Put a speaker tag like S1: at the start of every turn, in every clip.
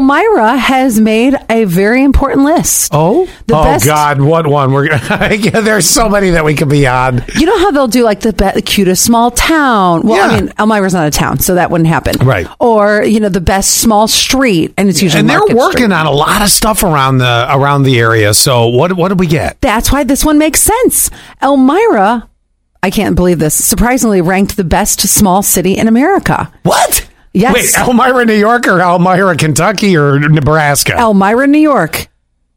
S1: Elmira has made a very important list.
S2: Oh,
S1: The
S2: oh
S1: best-
S2: God! What one? We're yeah, there's so many that we could be on.
S1: You know how they'll do like the, be- the cutest small town? Well, I
S2: Yeah.
S1: mean, Elmira's not a town, so that wouldn't happen.
S2: Right.
S1: Or, you know, the best small street, and it's usually
S2: And they're
S1: Market
S2: working
S1: Street.
S2: on a lot of stuff around the around the area. So what what did we get?
S1: That's why this one makes sense. Elmira, I can't believe this, surprisingly ranked the best small city in America.
S2: What?
S1: Yes.
S2: Wait, Elmira, New York, or Elmira, Kentucky, or Nebraska?
S1: Elmira, New York,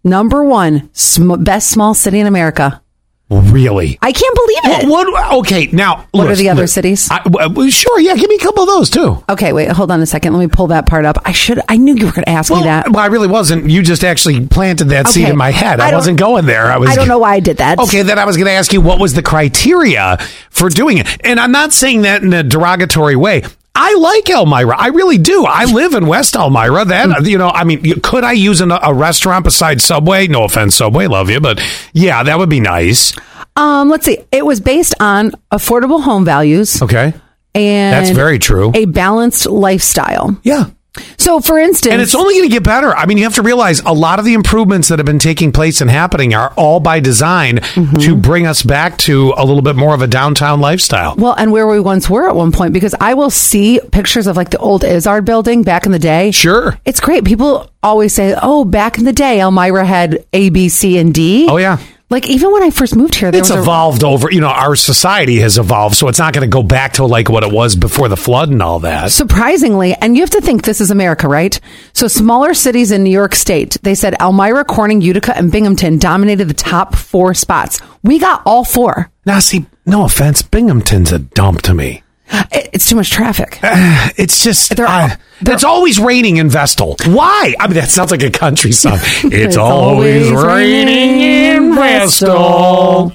S1: number one, sm- best small city in America.
S2: really?
S1: I can't believe it.
S2: What? Okay, now
S1: What are
S2: look,
S1: the other
S2: look,
S1: cities?
S2: I, w- uh, w- sure, yeah. Give me a couple of those too.
S1: Okay, wait, hold on a second. Let me pull that part up. I should, I knew you were going to ask
S2: Well,
S1: me that.
S2: well, I really wasn't. You just actually planted that seed
S1: Okay.
S2: in my head.
S1: I
S2: I,
S1: don't-
S2: wasn't going there. I was. Oh,
S1: I don't know why I did that.
S2: Okay, then I was going to ask you what was the criteria for doing it. And I'm not saying that in a derogatory way. I like Elmira. I really do. I live in West Elmira. That, you know, I mean, you- could I use an, a restaurant besides Subway? No offense, Subway, love you, but yeah, that would be nice.
S1: Um, let's see. It was based on affordable home values
S2: Okay.
S1: and
S2: That's very true.
S1: a balanced lifestyle.
S2: Yeah.
S1: So, for instance,
S2: And it's only going to get better. I mean, you have to realize a lot of the improvements that have been taking place and happening are all by design to bring us back to a little bit more of a downtown lifestyle.
S1: well, and where we once were at one point, because I will see pictures of like the old Izard building back in the day.
S2: Sure.
S1: It's great. People always say, "Oh, back in the day, Elmira had A, B, C, and D."
S2: Oh, yeah.
S1: Like even when I first moved here, there
S2: It's
S1: was a-
S2: evolved over, you know, our society has evolved, so it's not going to go back to like what it was before the flood and all that.
S1: Surprisingly, and you have to think this is America, right? So smaller cities in New York State, they said Elmira, Corning, Utica, and Binghamton dominated the top four spots. We got all four.
S2: Now, see, no offense, Binghamton's a dump to me.
S1: It- It's too much traffic.
S2: It's just,
S1: They're-
S2: I-
S1: they're-
S2: it's always raining in Vestal. Why? I mean, that sounds like a country song. it's, always, raining in Vestal.